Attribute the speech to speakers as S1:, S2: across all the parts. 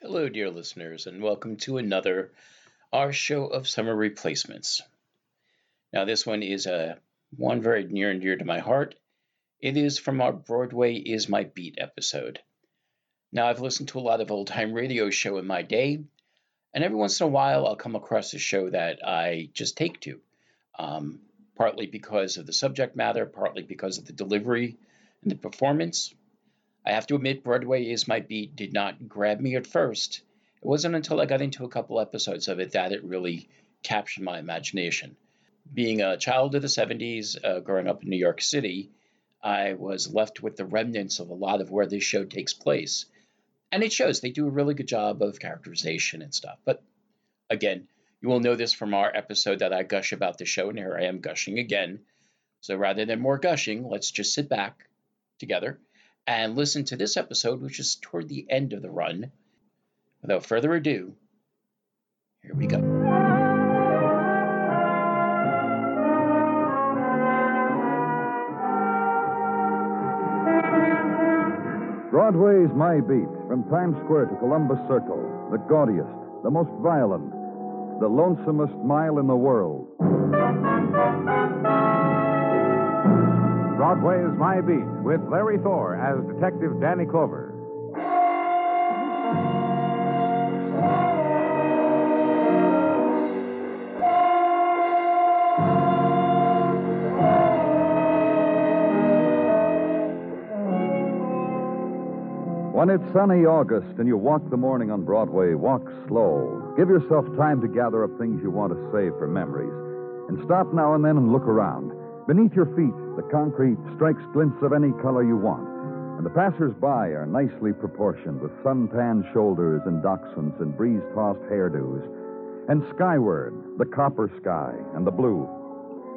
S1: Hello, dear listeners, and welcome to another our show of summer replacements. Now, this one is uh, one very near and dear to my heart. It is from our Broadway is my beat episode. Now, I've listened to a lot of old time radio show in my day, and every once in a while, I'll come across a show that I just take to, um, partly because of the subject matter, partly because of the delivery and the performance. I have to admit, Broadway is my beat did not grab me at first. It wasn't until I got into a couple episodes of it that it really captured my imagination. Being a child of the 70s, uh, growing up in New York City, I was left with the remnants of a lot of where this show takes place. And it shows they do a really good job of characterization and stuff. But again, you will know this from our episode that I gush about the show, and here I am gushing again. So rather than more gushing, let's just sit back together and listen to this episode, which is toward the end of the run. Without further ado, here we go.
S2: Broadway's My Beat, from Times Square to Columbus Circle, the gaudiest, the most violent, the lonesomest mile in the world. Broadway's My Beat with Larry Thor as Detective Danny Clover. When it's sunny August and you walk the morning on Broadway, walk slow. Give yourself time to gather up things you want to save for memories. And stop now and then and look around. Beneath your feet, the concrete strikes glints of any color you want. And the passers-by are nicely proportioned with sun-tanned shoulders and dachshunds and breeze-tossed hairdos. And skyward, the copper sky and the blue.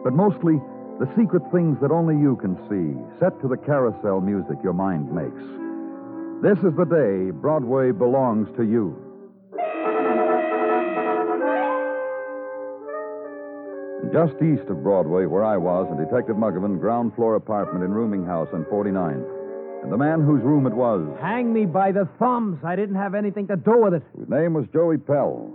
S2: But mostly, the secret things that only you can see, set to the carousel music your mind makes. This is the day Broadway belongs to you. Just east of Broadway, where I was, a Detective Muggerman ground floor apartment in rooming house on 49th. And the man whose room it was,
S3: Hang me by the thumbs. I didn't have anything to do with it.
S2: whose name was Joey Pell.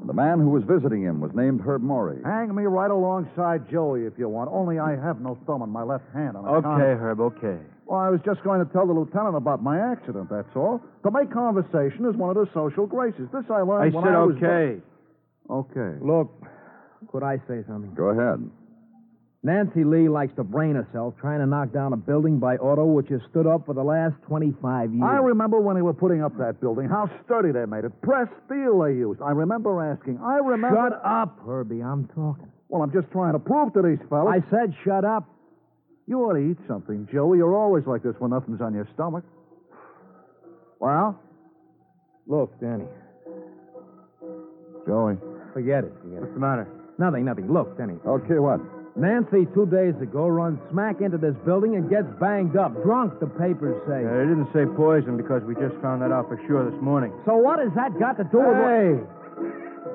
S2: And the man who was visiting him was named Herb Morey.
S4: Hang me right alongside Joey if you want, only I have no thumb on my left hand. On account of-
S3: Herb, okay.
S4: Well, I was just going to tell the lieutenant about my accident, that's all. To make conversation is one of the social graces. This I learned when I was...
S2: Okay.
S3: Look, could I say something?
S2: Go ahead.
S3: Nancy Lee likes to brain herself trying to knock down a building by auto which has stood up for the last 25 years.
S4: I remember when they were putting up that building, how sturdy they made it, pressed steel they used. I remember asking. I remember...
S3: Shut up, Herbie. I'm talking.
S4: Well, I'm just trying to prove to these fellas...
S3: I said shut up.
S4: You ought to eat something, Joey. You're always like this when nothing's on your stomach. Well?
S3: Look, Danny.
S4: Joey.
S3: Forget it. Forget it.
S4: the matter?
S3: Nothing, nothing. Look, Danny.
S2: Okay, what?
S3: Nancy, two days ago, runs smack into this building and gets banged up. Drunk, the papers say.
S2: Uh,
S5: Yeah, they didn't say poison because we just found that out for sure this morning.
S3: So what has that got to do with what-
S5: Hey!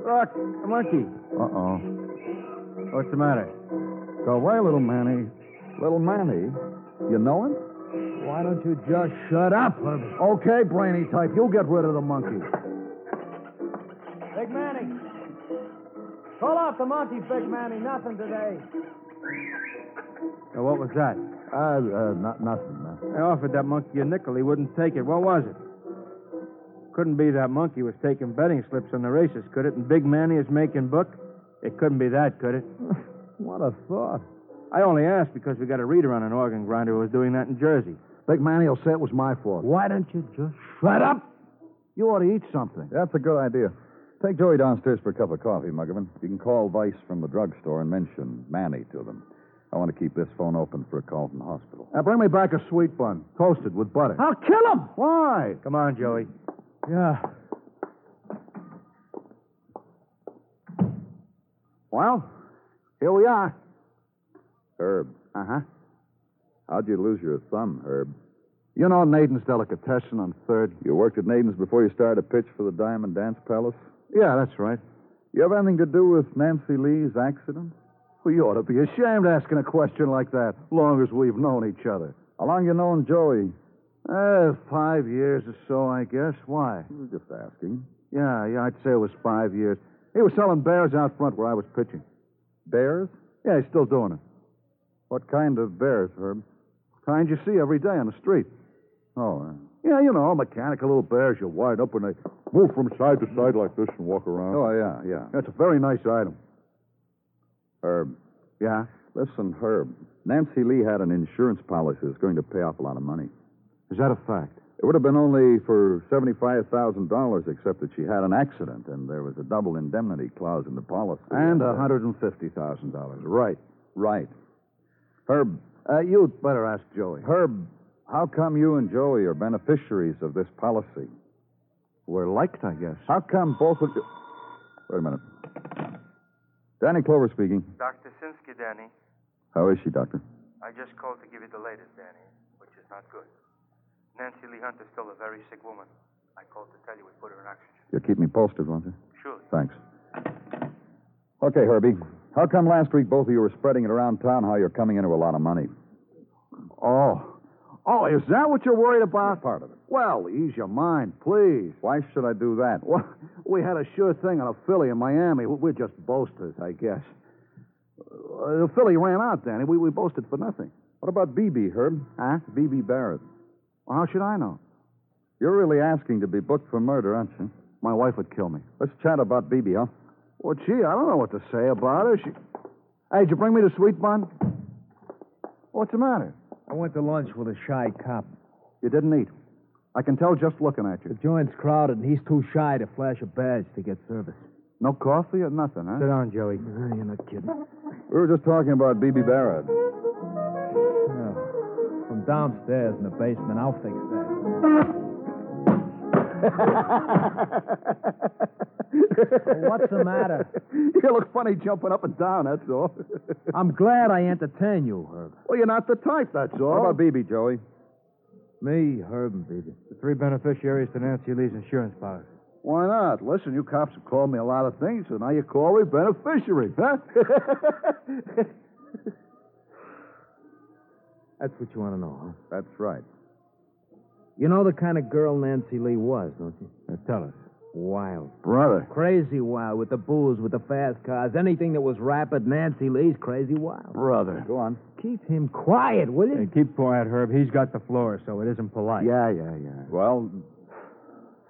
S5: Look, a monkey.
S2: Uh-oh.
S5: What's the matter?
S2: Go away, little Manny. Little Manny? You know him?
S3: Why don't you just shut up, Herbie?
S4: Okay, brainy type. You'll get rid of the monkey.
S3: Big Manny. Call off the monkey, Big Manny. Nothing today.
S5: Now, what was that?
S4: Uh, uh, not, nothing, nothing.
S5: I offered that monkey a nickel. He wouldn't take it. What was it? Couldn't be that monkey was taking betting slips on the races, could it? And Big Manny is making book? It couldn't be that, could it?
S3: What a thought.
S5: I only asked because we got a reader on an organ grinder who was doing that in Jersey.
S4: Big Manny will say it was my fault.
S3: Why don't you just
S4: Shut up! You ought to eat something.
S2: That's a good idea. Take Joey downstairs for a cup of coffee, Muggerman. You can call Vice from the drugstore and mention Manny to them. I want to keep this phone open for a call from the hospital.
S4: Now bring me back a sweet bun, toasted with butter.
S3: I'll kill him!
S4: Why?
S5: Come on, Joey.
S3: Yeah.
S4: Well, here we are.
S2: Herb,
S4: Uh huh.
S2: how'd you lose your thumb, Herb?
S4: You know Naden's delicatessen on third.
S2: You worked at Naden's before you started to pitch for the Diamond Dance Palace?
S4: Yeah, that's right.
S2: You have anything to do with Nancy Lee's accident?
S4: Well, you ought to be ashamed asking a question like that. Long as we've known each other. Eh,
S2: How long you known Joey? Uh, five years or so, I guess. Why?
S6: I was just asking.
S2: Yeah, yeah, I'd say it was five years. He was selling bears out front where I was pitching.
S6: Bears?
S2: Yeah, he's still doing it.
S6: What kind of bears, Herb?
S2: Kind you see every day on the street.
S6: Oh, uh,
S2: Yeah, you know, mechanical little bears you wind up when they move from side to side like this and walk around.
S6: oh yeah, yeah.
S2: That's a very nice item.
S6: Herb,
S2: Yeah?
S6: listen, Herb. Nancy Lee had an insurance policy that's going to pay off a lot of money.
S2: Is that a fact?
S6: It would have been only for $75,000, except that she had an accident, and there was a double indemnity clause in the policy. Uh,
S2: And a $150,000. Right.
S6: Right. Herb,
S2: Uh, you'd better ask Joey.
S6: Herb, how come you and Joey are beneficiaries of this policy?
S2: We're liked, I guess.
S6: How come both of you. Wait a minute. Danny Clover speaking.
S7: Dr. Sinsky, Danny.
S6: How is she, Doctor?
S7: I just called to give you the latest, Danny, which is not good. Nancy Lee Hunt is still a very sick woman. I called to tell you we put her in oxygen.
S6: You'll keep me posted, won't you?
S7: Surely.
S6: Thanks. Okay, Herbie. How come last week both of you were spreading it around town how you're coming into a lot of money?
S2: Oh. Oh, is that what you're worried about?
S6: Part of it.
S2: Well, ease your mind, please.
S6: Why should I do that?
S2: Well, we had a sure thing on a filly in Miami. We- We're just boasters, I guess. Uh, the filly ran out, Danny. We, we boasted for nothing.
S6: What about BB, Herb?
S2: Huh?
S6: BB Barrett.
S2: Well, how should I know?
S6: You're really asking to be booked for murder, aren't you?
S2: My wife would kill me.
S6: Let's chat about BB, huh?
S2: Well, gee, I don't know what to say about her. She... Hey, did you bring me the sweet bun? What's the matter?
S3: I went to lunch with a shy cop.
S2: You didn't eat. I can tell just looking at
S3: The
S2: you.
S3: joint's crowded, and he's too shy to flash a badge to get service.
S2: No coffee or nothing, huh?
S8: Sit down, Joey.
S3: you're not kidding.
S6: We were just talking about BB Barrett.
S3: From downstairs in the basement, I'll fix that. What's the matter?
S2: You look funny jumping up and down, that's all.
S3: I'm glad I entertained you, Herb.
S2: well, you're not the type, that's all.
S6: What about BB, Joey?
S3: Me, Herb, and Beebe.
S8: The three beneficiaries to Nancy Lee's insurance policy.
S2: Why not? Listen, you cops have called me a lot of things, so now you call me beneficiary, huh?
S3: That's what you want to know, huh?
S6: That's right.
S3: You know the kind of girl Nancy Lee was, don't you?
S8: Now tell us.
S3: Wild.
S2: Brother.
S3: Crazy wild with the booze, with the fast cars, anything that was rapid. Nancy Lee's crazy wild.
S2: Brother.
S6: Go on.
S3: Keep him quiet, will you?
S8: Hey, keep quiet, Herb. He's got the floor, so it isn't polite.
S2: Yeah, yeah, yeah.
S6: Well,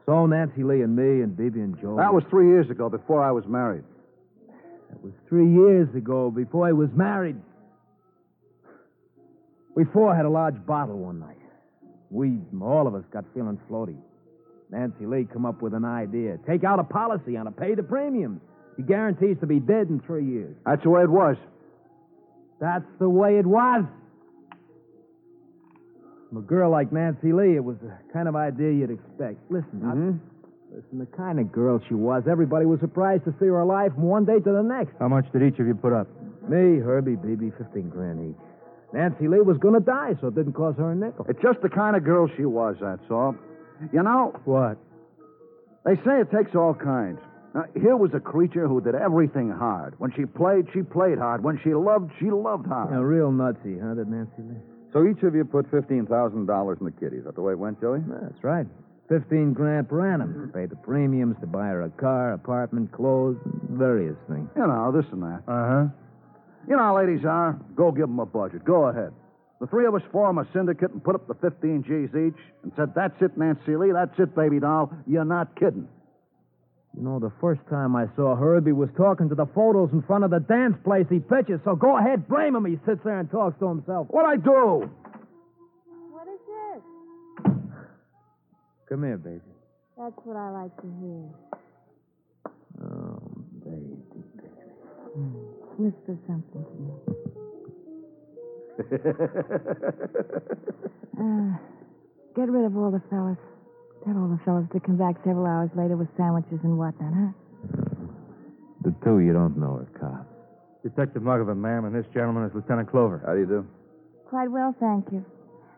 S3: So Nancy Lee and me and Bibi and Joe.
S2: That was three years ago, before I was married.
S3: That was three years ago, before I was married. We four had a large bottle one night. We, all of us, got feeling floaty. Nancy Lee come up with an idea. Take out a policy on it, pay the premiums. She guarantees to be dead in three years.
S2: That's the way it was.
S3: That's the way it was. From a girl like Nancy Lee, it was the kind of idea you'd expect. Listen, I-
S2: Mm-hmm.
S8: Mm-hmm.
S3: listen, the kind of girl she was, everybody was surprised to see her alive from one day to the next.
S8: How much did each of you put up?
S3: Me, Herbie, BB, 15 grand each. Nancy Lee was going to die, so it didn't cost her a nickel.
S2: It's just the kind of girl she was, that's all. You know,
S8: What?
S2: they say it takes all kinds. Now, here was a creature who did everything hard. When she played, she played hard. When she loved, she loved hard.
S3: Now, real nutsy, huh, did Nancy Lee?
S6: so each of you put $15,000 in the kitty. Is that the way it went, Joey?
S3: That's right. 15 grand per annum. Pay the premiums to buy her a car, apartment, clothes, various things.
S2: You know, this and that.
S8: Uh huh.
S2: You know how ladies are. Go give them a budget. Go ahead. The three of us form a syndicate and put up the 15 G's each and said, That's it, Nancy Lee. That's it, baby doll. You're not kidding.
S3: You know, the first time I saw Herbie was talking to the photos in front of the dance place he pitches, so go ahead, blame him. He sits there and talks to himself.
S2: What I do?
S9: What is this?
S3: Come here, baby.
S9: That's what I like to hear.
S3: Oh, baby.
S9: Whisper something to me. Uh, get rid of all the fellas. Tell all the fellas to come back several hours later with sandwiches and whatnot, huh?
S3: The two you don't know are cops.
S8: Detective Mugovan, ma'am, and this gentleman is Lieutenant Clover.
S6: How do you do?
S9: Quite well, thank you.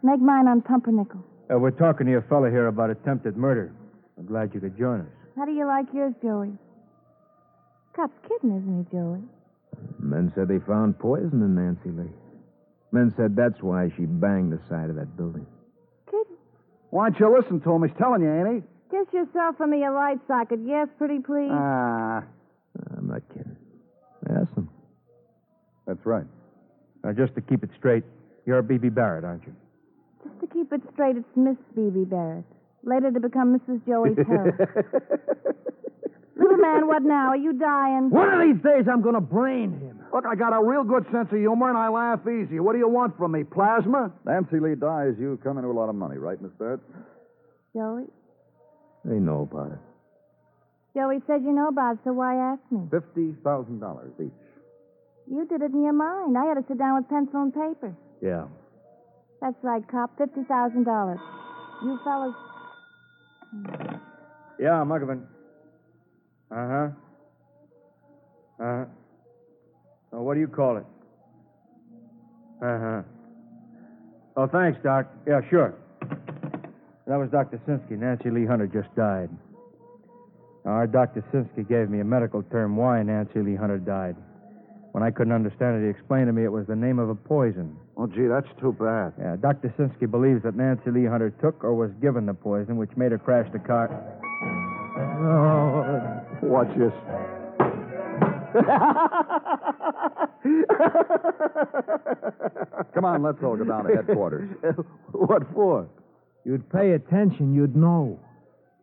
S9: Make mine on pumpernickel.
S8: Uh, we're talking to a fellow here about attempted murder. I'm glad you could join us.
S9: How do you like yours, Joey? Cop's kidding, isn't he, Joey?
S3: Men said they found poison in Nancy Lee. Men said that's why she banged the side of that building.
S9: Kidding?
S4: Why don't you listen to him? He's telling you, ain't he?
S9: Kiss yourself in the light socket. Yes, pretty please.
S4: Ah.
S3: I'm not kidding. Ask him.
S2: That's right.
S5: Now, just to keep it straight, you're B.B. Barrett, aren't you?
S9: Just to keep it straight, it's Miss B.B. Barrett. Later to become Mrs. Joey Terrell. Little man, what now? Are you dying?
S3: One of these days, I'm going to brain him.
S4: Look, I got a real good sense of humor and I laugh easy. What do you want from me? Plasma?
S2: Nancy Lee dies, you come into a lot of money, right, Miss Barrett?
S9: Joey?
S3: They know about it.
S9: Joey says you know about it, so why ask me?
S2: $50,000 each.
S9: You did it in your mind. I had to sit down with pencil and paper.
S3: Yeah.
S9: That's right, cop. $50,000. You fellas.
S5: Yeah, Mugovan. Uh huh. Uh huh. Oh, what do you call it? Uh huh. Oh, thanks, Doc. Yeah, sure. That was Dr. Sinsky. Nancy Lee Hunter just died. Our Dr. Sinsky gave me a medical term why Nancy Lee Hunter died. When I couldn't understand it, he explained to me it was the name of a poison.
S4: Oh, gee, that's too bad.
S5: Yeah, Dr. Sinsky believes that Nancy Lee Hunter took or was given the poison, which made her crash the car. Oh,
S4: Watch this.
S2: Come on, let's all go down to headquarters.
S4: what for?
S3: You'd pay attention, you'd know.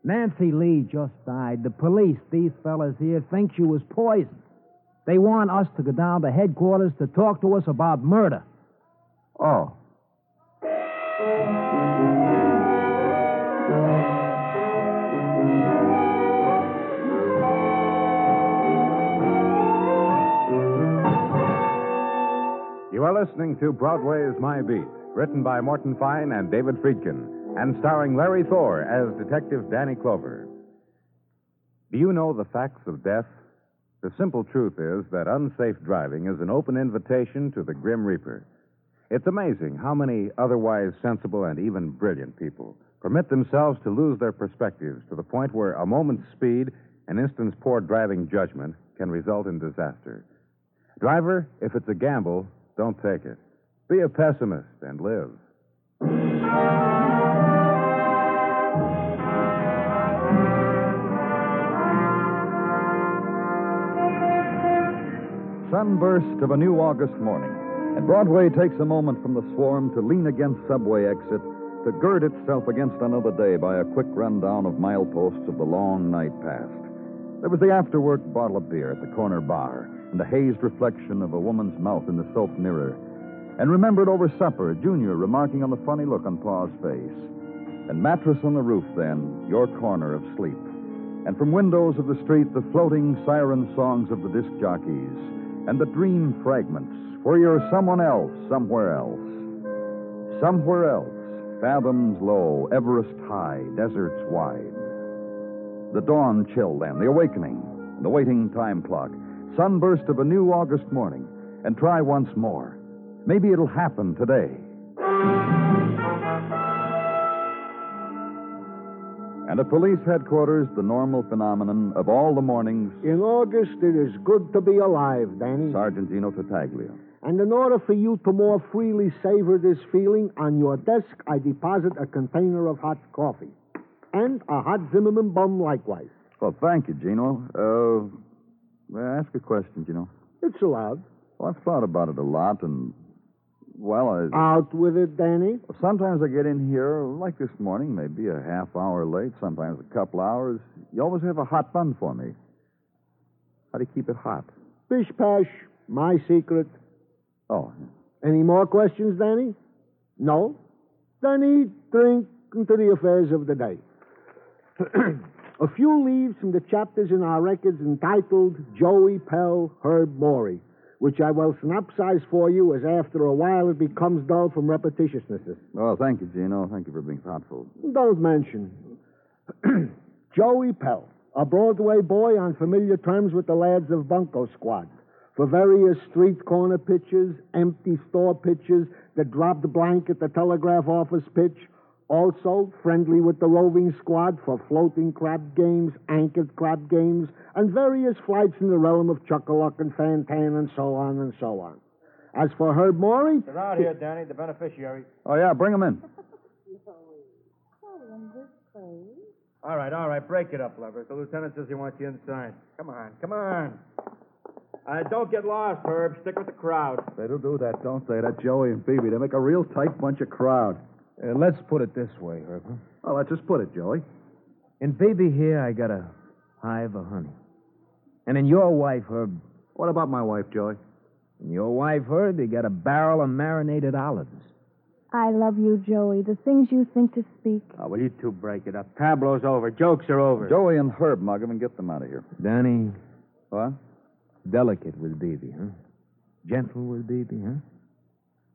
S3: Nancy Lee just died. The police, these fellas here, think she was poisoned. They want us to go down to headquarters to talk to us about murder.
S2: Oh.
S10: You are listening to Broadway's My Beat, written by Morton Fine and David Friedkin, and starring Larry Thor as Detective Danny Clover. Do you know the facts of death? The simple truth is that unsafe driving is an open invitation to the Grim Reaper. It's amazing how many otherwise sensible and even brilliant people permit themselves to lose their perspectives to the point where a moment's speed, an instant's poor driving judgment, can result in disaster. Driver, if it's a gamble, don't take it. Be a pessimist and live.
S2: Sunburst of a new August morning, and Broadway takes a moment from the swarm to lean against subway exit to gird itself against another day by a quick rundown of mileposts of the long night past. There was the after-work bottle of beer at the corner bar, and the hazed reflection of a woman's mouth in the soap mirror. And remembered over supper, Junior remarking on the funny look on Pa's face. And mattress on the roof, then, your corner of sleep. And from windows of the street, the floating siren songs of the disc jockeys. And the dream fragments, where you're someone else, somewhere else. Somewhere else, fathoms low, Everest high, deserts wide. The dawn chill, then, the awakening, the waiting time clock, sunburst of a new August morning, and try once more. Maybe it'll happen today. And at police headquarters, the normal phenomenon of all the mornings,
S11: In August, it is good to be alive, Danny.
S2: Sergeant Gino Tartaglia.
S11: And in order for you to more freely savor this feeling, on your desk I deposit a container of hot coffee and a hot Zimmerman bum likewise.
S2: Well, thank you, Gino. Uh, may I ask a question, Gino?
S11: It's allowed.
S2: Well, I've thought about it a lot, and, well, I.
S11: Out with it, Danny.
S2: Sometimes I get in here, like this morning, maybe a half hour late, sometimes a couple hours. You always have a hot bun for me. How do you keep it hot?
S11: Bish Pash, my secret.
S2: Oh,
S11: Any more questions, Danny? No? Danny, drink into the affairs of the day. A few leaves from the chapters in our records entitled Joey Pell, Herb Morey, which I will synopsize for you as after a while it becomes dull from repetitiousnesses.
S2: oh, thank you, Gino. Thank you for being thoughtful.
S11: Don't mention. Joey Pell, a Broadway boy on familiar terms with the lads of Bunko Squad. For various street corner pitches, empty store pitches, the dropped blank at the telegraph office pitch. Also friendly with the roving squad for floating crab games, anchored crab games, and various flights in the realm of Chuckaluck and Fantan and so on and so on. As for Herb Morey,
S5: They're out here, Danny, the beneficiary.
S2: Oh, yeah, bring him in.
S9: Joey, what
S12: Oh.
S5: All right, all right, break it up, lovers. The lieutenant says he wants you inside. Come on, come on. Uh, don't get lost, Herb. Stick with the crowd.
S4: They do do that, don't they? That Joey and Beebe, they make a real tight bunch of crowd.
S5: Uh, let's put it this way, Herb.
S4: Well, let's just put it, Joey.
S3: In baby here, I got a hive of honey. And in your wife, Herb.
S4: What about my wife, Joey?
S3: In your wife, Herb, you got a barrel of marinated olives.
S9: I love you, Joey. The things you think to speak.
S5: Oh, will you two break it up? Tableau's over. Jokes are over.
S2: Joey and Herb, Mug 'em and get them out of here.
S3: Danny,
S2: What?
S3: delicate with Beebe, huh? Gentle with Beebe, huh?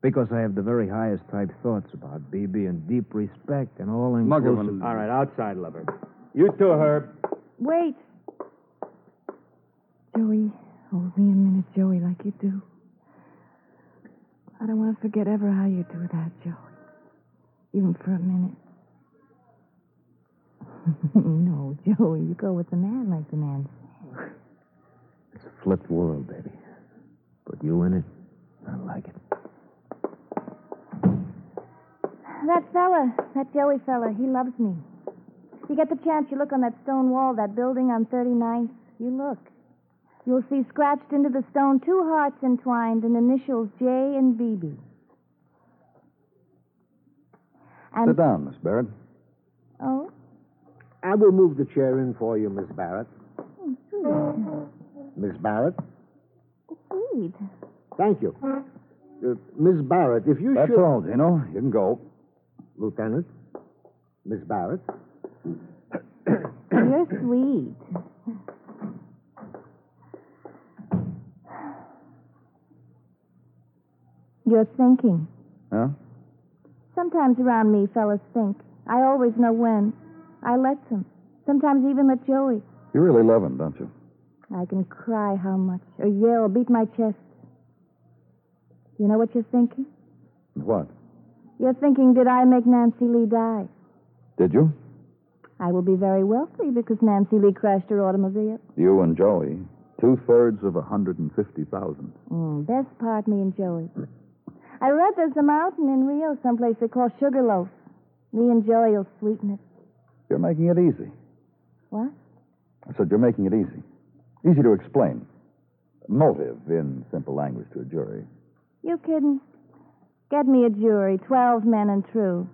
S3: Because I have the very highest type thoughts about Beebe and deep respect and all inclusive.
S2: Muggerman.
S5: All right, outside, lover. You too, Herb.
S9: Wait. Joey, hold me a minute, Joey, like you do. I don't want to forget ever how you do that, Joey. Even for a minute. no, Joey, you go with the man like the man says.
S3: It's a flipped world, baby. Put you in it, I like it.
S9: That fella, that Joey fella, he loves me. You get the chance, you look on that stone wall, that building on 39th. You look. You'll see scratched into the stone two hearts entwined and initials J and BB. And
S2: Sit down, Miss Barrett.
S9: oh,
S11: I will move the chair in for you, Miss Barrett. Miss Barrett?
S9: sweet.
S11: Thank you. Uh, Miss Barrett, if you
S2: That's
S11: should.
S2: all, Dino. You can go.
S11: Lieutenant? Miss Barrett?
S9: You're sweet. You're thinking.
S2: Huh?
S9: Sometimes around me, fellas think. I always know when. I let them. Sometimes even let Joey.
S2: You really love him, don't you?
S9: I can cry how much, or yell, beat my chest. You know what you're thinking?
S2: What?
S9: You're thinking, did I make Nancy Lee die?
S2: Did you?
S9: I will be very wealthy because Nancy Lee crashed her automobile.
S2: You and Joey. Two thirds of a hundred and fifty thousand.
S9: Mm, best part, me and Joey. I read there's a mountain in Rio someplace they call Sugarloaf. Me and Joey will sweeten it.
S2: You're making it easy.
S9: What?
S2: I said you're making it easy. Easy to explain. Motive in simple language to a jury.
S9: You kidding? Get me a jury, 12 men and true.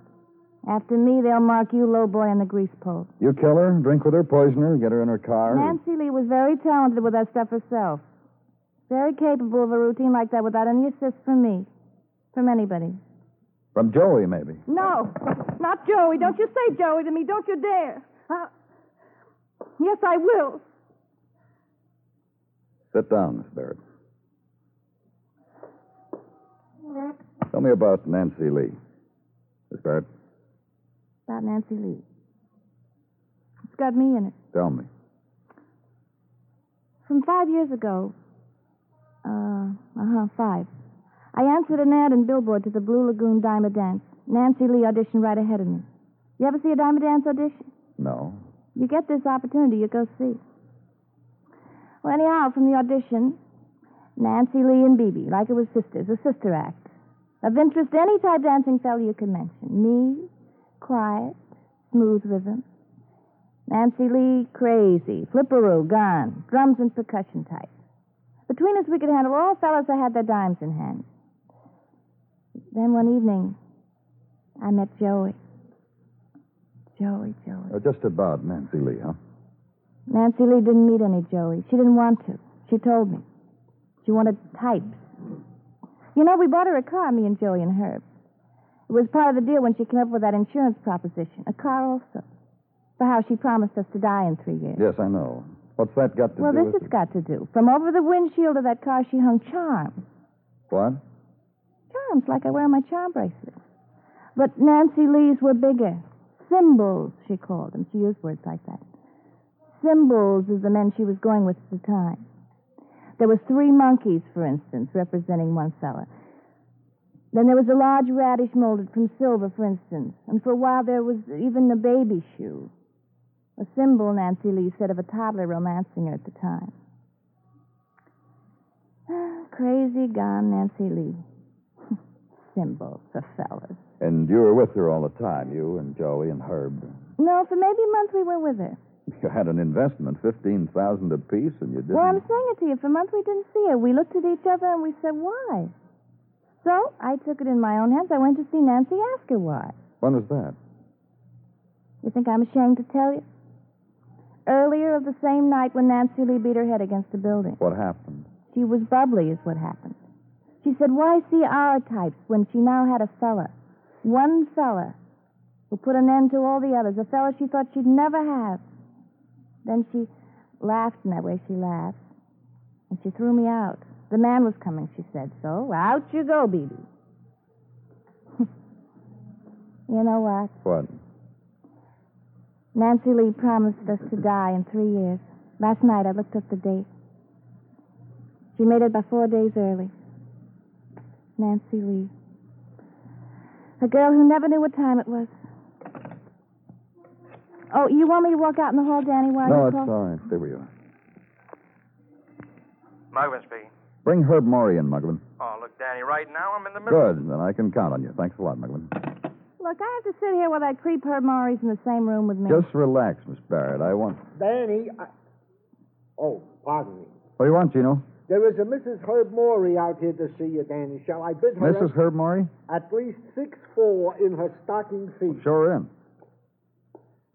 S9: After me, they'll mark you lowboy on the grease pole.
S2: You kill her, drink with her, poison her, get her in her car.
S9: Nancy Lee was very talented with that stuff herself. Very capable of a routine like that without any assist from me. From anybody.
S2: From Joey, maybe.
S12: No, not Joey. Don't you say Joey to me. Don't you dare. I... Yes, I will.
S2: Sit down, Miss Barrett. Tell me about Nancy Lee. Miss Barrett,
S9: About Nancy Lee. It's got me in it.
S2: tell me.
S9: From five years ago. Uh, uh huh, five. I answered an ad in Billboard to the Blue Lagoon Dime a Dance. Nancy Lee auditioned right ahead of me. You ever see a Dime a Dance audition?
S2: No.
S9: You get this opportunity, you go see. Well, anyhow, from the audition, Nancy Lee and BB, like it was sisters, a sister act. Of interest to any type dancing fella you can mention. Me, quiet, smooth rhythm. Nancy Lee, crazy. Flipperoo, gone. Drums and percussion type. Between us, we could handle all fellas that had their dimes in hand. Then one evening, I met Joey. Joey, Joey.
S2: Uh, just about Nancy Lee, huh?
S9: Nancy Lee didn't meet any Joey. She didn't want to. She told me. She wanted types. You know, we bought her a car, me and Joey and Herb. It was part of the deal when she came up with that insurance proposition. A car also. For how she promised us to die in three years.
S2: Yes, I know. What's that got to
S9: well,
S2: do
S9: this
S2: with
S9: has got to do. From over the windshield of that car, she hung charms.
S2: What?
S9: Charms, like I wear on my charm bracelet. But Nancy Lee's were bigger. Symbols, she called them. She used words like that. Symbols is the men she was going with at the time. There was three monkeys, for instance, representing one fella. Then there was a large radish molded from silver, for instance. And for a while there was even a baby shoe. A symbol, Nancy Lee said, of a toddler romancing her at the time. Crazy gone, Nancy Lee. Symbol for fellas.
S2: And you were with her all the time, you and Joey and Herb.
S9: No, for maybe a month we were with her.
S2: You had an investment, 15000 apiece, and you didn't.
S9: Well, I'm saying it to you. For a month we didn't see her. We looked at each other and we said, why? So I took it in my own hands. I went to see Nancy, ask her why.
S2: When was that?
S9: You think I'm ashamed to tell you? Earlier of the same night when Nancy Lee beat her head against a building.
S2: What happened?
S9: She was bubbly, is what happened. She said, Why see our types when she now had a fella? One fella who put an end to all the others, a fella she thought she'd never have. Then she laughed in that way she laughs, and she threw me out. The man was coming, she said, so out you go, Beebe. you know what?
S2: What?
S9: Nancy Lee promised us to die in three years. Last night I looked up the date. She made it by four days early. Nancy Lee. A girl who never knew what time it was. Oh, you want me to walk out in the hall, Danny, while
S2: no,
S9: you
S2: it's
S9: call?
S2: all right. There we are.
S7: Marvin speaking.
S2: Bring Herb Morey in, Muglin.
S7: Oh, look, Danny, right now I'm in the middle.
S2: Good. Then I can count on you. Thanks a lot, Muglin.
S9: Look, I have to sit here while that creep Herb Maury's in the same room with me.
S2: Just relax, Miss Barrett. I want.
S11: Danny, I... Oh, pardon me.
S2: What do you want, Gino?
S11: There is a Mrs. Herb Morey out here to see you, Danny. Shall I bid her
S2: Mrs. Herb Morey?
S11: at least six four in her stocking feet?
S2: Sure in.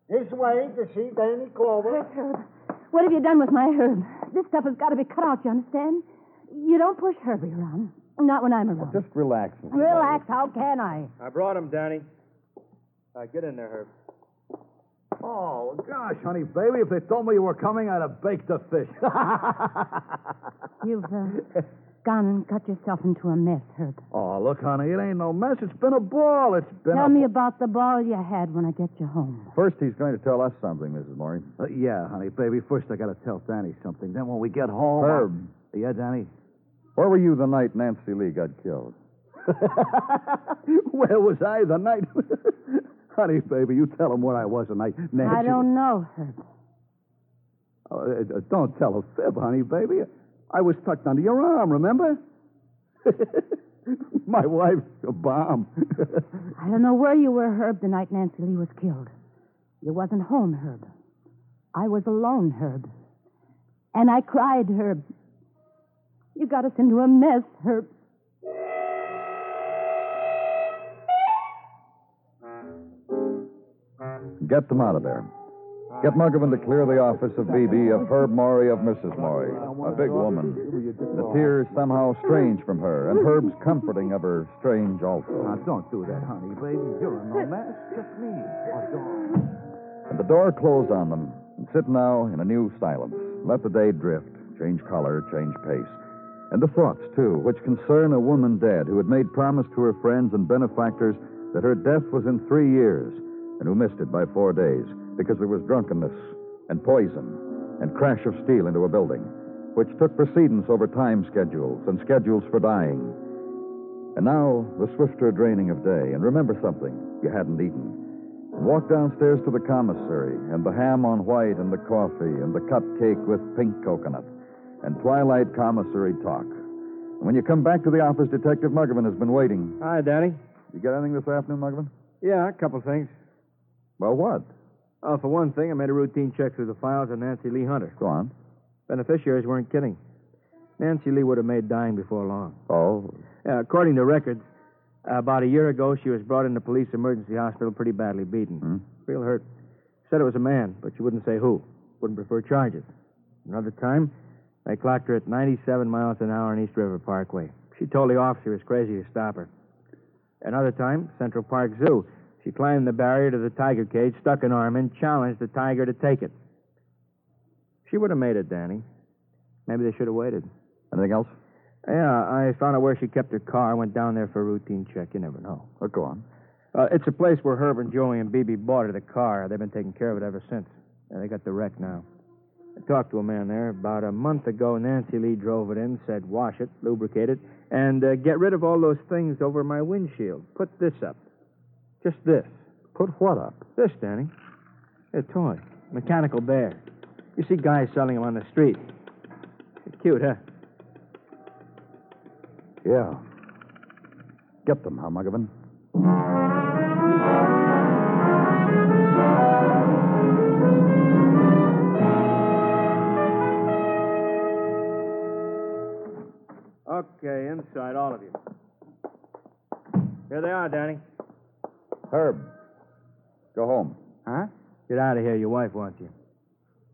S11: This way to see Danny Clover.
S13: Quick, Herb. What have you done with my Herb? This stuff has got to be cut out, you understand? You don't push Herbie around. Not when I'm around.
S2: Just relax. Mrs. Morey.
S13: Relax, how can I?
S3: I brought him, Danny. Uh, get in there, Herb.
S14: Oh, gosh, honey, baby, if they told me you were coming, I'd have baked a fish.
S13: You've uh, gone and got yourself into a mess, Herb.
S14: oh, look, honey, it ain't no mess. It's been a ball. It's been
S13: Tell
S14: a...
S13: me about the ball you had when I get you home.
S2: First, he's going to tell us something, Mrs. Morey.
S14: Uh, yeah, honey, baby, first I gotta tell Danny something. Then when we get home...
S2: Herb.
S14: I- Yeah, Danny?
S2: Where were you the night Nancy Lee got killed?
S14: where was I the night? honey, baby, you tell him where I was the night Nancy...
S13: I don't know, Herb.
S14: Oh, uh, uh, don't tell a fib, honey, baby. I was tucked under your arm, remember? My wife's a bomb.
S13: I don't know where you were, Herb, the night Nancy Lee was killed. You wasn't home, Herb. I was alone, Herb. And I cried, Herb. You got us into a mess, Herb.
S2: Get them out of there. Get Muggerman to clear the office of BB, of Herb Morey, of Mrs. Morey. A big woman. The tears somehow strange from her, and Herb's comforting of her strange also.
S14: Now, don't do that, honey, baby. You're in no mess. Just me. Oh, don't.
S2: And the door closed on them, and sit now in a new silence. Let the day drift, change color, change pace. And the thoughts, too, which concern a woman dead who had made promise to her friends and benefactors that her death was in three years, and who missed it by four days because there was drunkenness and poison and crash of steel into a building, which took precedence over time schedules and schedules for dying. And now, the swifter draining of day, and remember something you hadn't eaten and walked downstairs to the commissary and the ham on white and the coffee and the cupcake with pink coconut and twilight commissary talk. And when you come back to the office, Detective Muggerman has been waiting.
S3: Hi, Danny.
S2: You got anything this afternoon, Muggerman?
S3: Yeah, a couple things.
S2: Well, what?
S3: Uh, for one thing, I made a routine check through the files of Nancy Lee Hunter.
S2: Go on.
S3: Beneficiaries weren't kidding. Nancy Lee would have made dying before long.
S2: Oh,
S3: Uh, according to records, about a year ago, she was brought into police emergency hospital pretty badly beaten.
S2: Hmm.
S3: Real hurt. Said it was a man, but she wouldn't say who. Wouldn't prefer charges. Another time, they clocked her at 97 miles an hour on East River Parkway. She told the officer it was crazy to stop her. Another time, Central Park Zoo. She climbed the barrier to the tiger cage, stuck an arm in, challenged the tiger to take it. She would have made it, Danny. Maybe they should have waited.
S2: anything else?
S3: Yeah, I found out where she kept her car. Went down there for a routine check. You never know.
S2: Well, go on.
S3: Uh, it's a place where Herb and Joey and BB bought her the car. They've been taking care of it ever since. And they got the wreck now. I talked to a man there about a month ago. Nancy Lee drove it in, said wash it, lubricate it, and uh, get rid of all those things over my windshield. Put this up. Just this.
S2: Put what up?
S3: This, Danny. A toy. Mechanical bear. You see guys selling them on the street. Cute, huh?
S2: Yeah. Get them, huh, Muggerman?
S15: Okay, inside, all of you. Here they are, Danny.
S16: Herb, go home.
S15: Huh? Get out of here. Your wife wants you.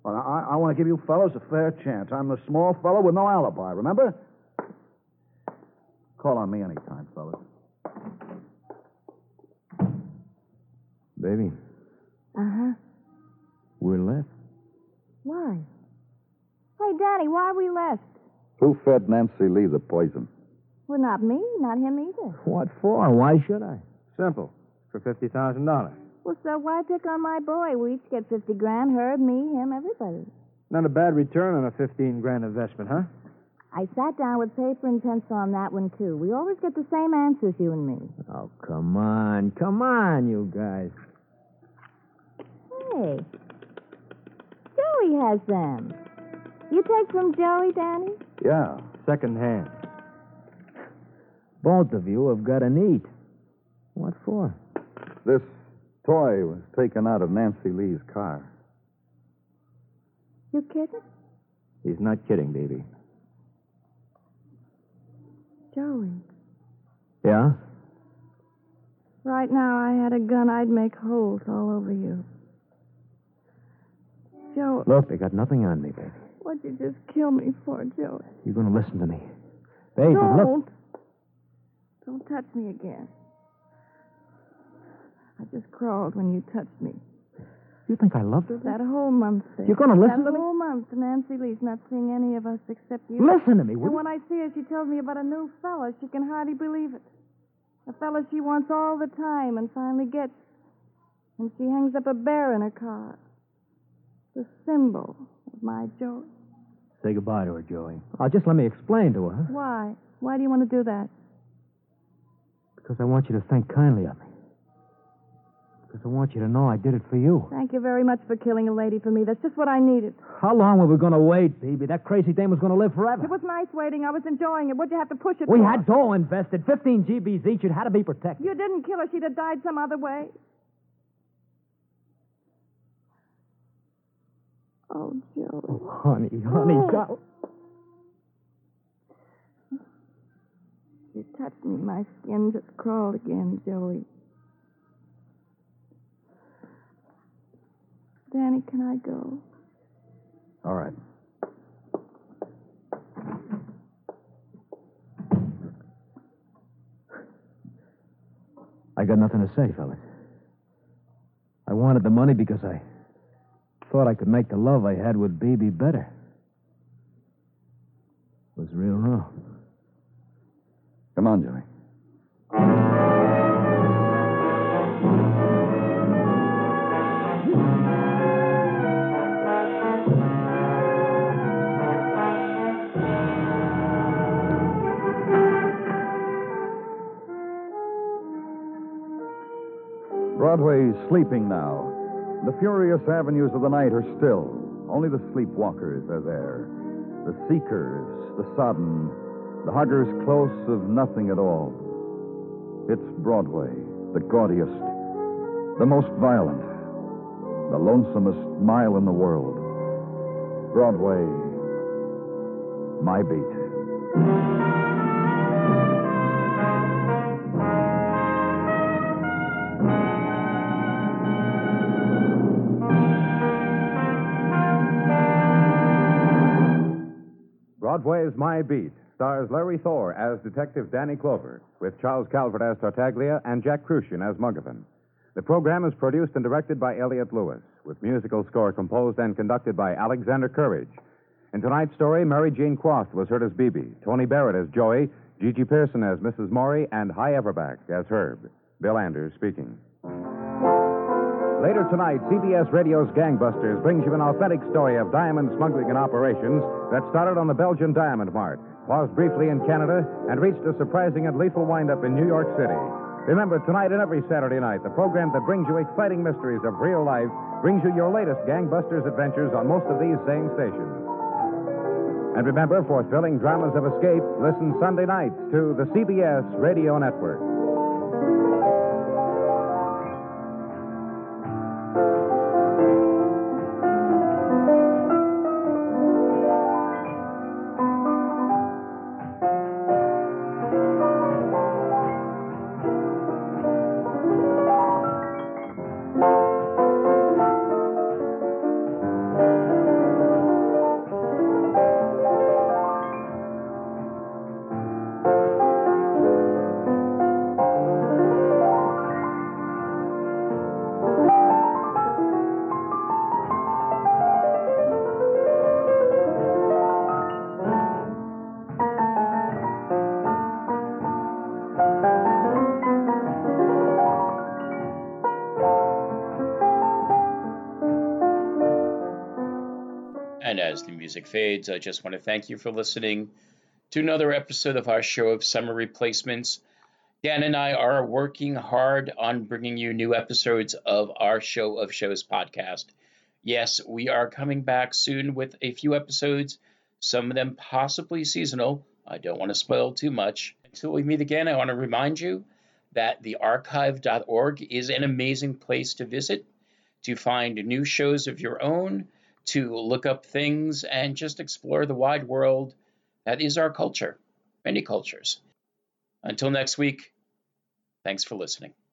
S17: Well, I, I want to give you fellows a fair chance. I'm the small fellow with no alibi, remember? Call on me anytime, fellas.
S15: Baby,
S9: Uh huh.
S15: we're left.
S9: Why? Hey, Daddy, why are we left?
S16: Who fed Nancy Lee the poison?
S9: Well, not me, not him either.
S15: What for? Why should I? Simple. For fifty thousand dollars.
S9: Well, so why pick on my boy? We each get 50 grand, Herb, me, him, everybody.
S15: Not a bad return on a fifteen grand investment, huh?
S9: I sat down with paper and pencil on that one, too. We always get the same answers, you and me.
S3: Oh, come on. Come on, you guys.
S9: Hey, Joey has them. You take from Joey, Danny?
S16: Yeah.
S15: Second hand.
S3: Both of you have got an eat. What for?
S16: This toy was taken out of Nancy Lee's car.
S9: You kidding?
S15: He's not kidding, baby.
S9: Joey.
S15: Yeah?
S9: Right now, I had a gun, I'd make holes all over you. Joey,
S3: Look, they got nothing on me, baby.
S9: what'd you just kill me for, Joey?
S3: You're going to listen to me. Baby, look.
S9: Don't. Don't touch me again. I just crawled when you touched me.
S3: You think I loved her?
S9: That whole month thing.
S3: You're gonna listen
S9: that
S3: to me?
S9: whole month, Nancy Lee's not seeing any of us except you.
S3: Listen to me,
S9: And
S3: will
S9: when I see her, she tells me about a new fella. She can hardly believe it. A fella she wants all the time and finally gets. And she hangs up a bear in her car. The symbol of my joy.
S15: Say goodbye to her, Joey.
S3: Oh, just let me explain to her.
S9: Why? Why do you want to do that?
S3: Because I want you to think kindly of me. Because I want you to know I did it for you.
S9: Thank you very much for killing a lady for me. That's just what I needed.
S3: How long were we going to wait, baby? That crazy dame was going to live forever.
S9: It was nice waiting. I was enjoying it. What'd you have to push it
S3: We
S9: for?
S3: had dough invested, 15 GBs each. It had to be protected.
S9: You didn't kill her. She'd have died some other way. Oh, Joey.
S3: Oh, honey, honey,
S9: Oh.
S3: God.
S9: You touched me. My skin just crawled again, Joey. Danny, can I go?
S16: All right.
S3: I got nothing to say, fellas. I wanted the money because I thought I could make the love I had with Baby better. It was real wrong.
S16: Come on, Joey. Broadway's sleeping now. The furious avenues of the night are still. Only the sleepwalkers are there. The seekers, the sodden, the huggers close of nothing at all. It's Broadway, the gaudiest, the most violent, the lonesomest mile in the world. Broadway, my beat.
S2: Broadway's My Beat stars Larry Thor as Detective Danny Clover, with Charles Calvert as Tartaglia and Jack Crucian as Mugovan. The program is produced and directed by Elliot Lewis, with musical score composed and conducted by Alexander Courage. In tonight's story, Mary Jean Quast was heard as Bibi, Tony Barrett as Joey, Gigi Pearson as Mrs. Morey, and High Everback as Herb. Bill Anders speaking. Later tonight, CBS Radio's Gangbusters brings you an authentic story of diamond smuggling and operations that started on the Belgian Diamond Mart, paused briefly in Canada, and reached a surprising and lethal windup in New York City. Remember, tonight and every Saturday night, the program that brings you exciting mysteries of real life brings you your latest Gangbusters adventures on most of these same stations. And remember, for thrilling dramas of escape, listen Sunday nights to the CBS Radio Network.
S1: And as the music fades, I just want to thank you for listening to another episode of our show of summer replacements. Dan and I are working hard on bringing you new episodes of our show of shows podcast. Yes, we are coming back soon with a few episodes, some of them possibly seasonal. I don't want to spoil too much. Until we meet again, I want to remind you that the archive.org is an amazing place to visit to find new shows of your own, to look up things, and just explore the wide world that is our culture, many cultures. Until next week, thanks for listening.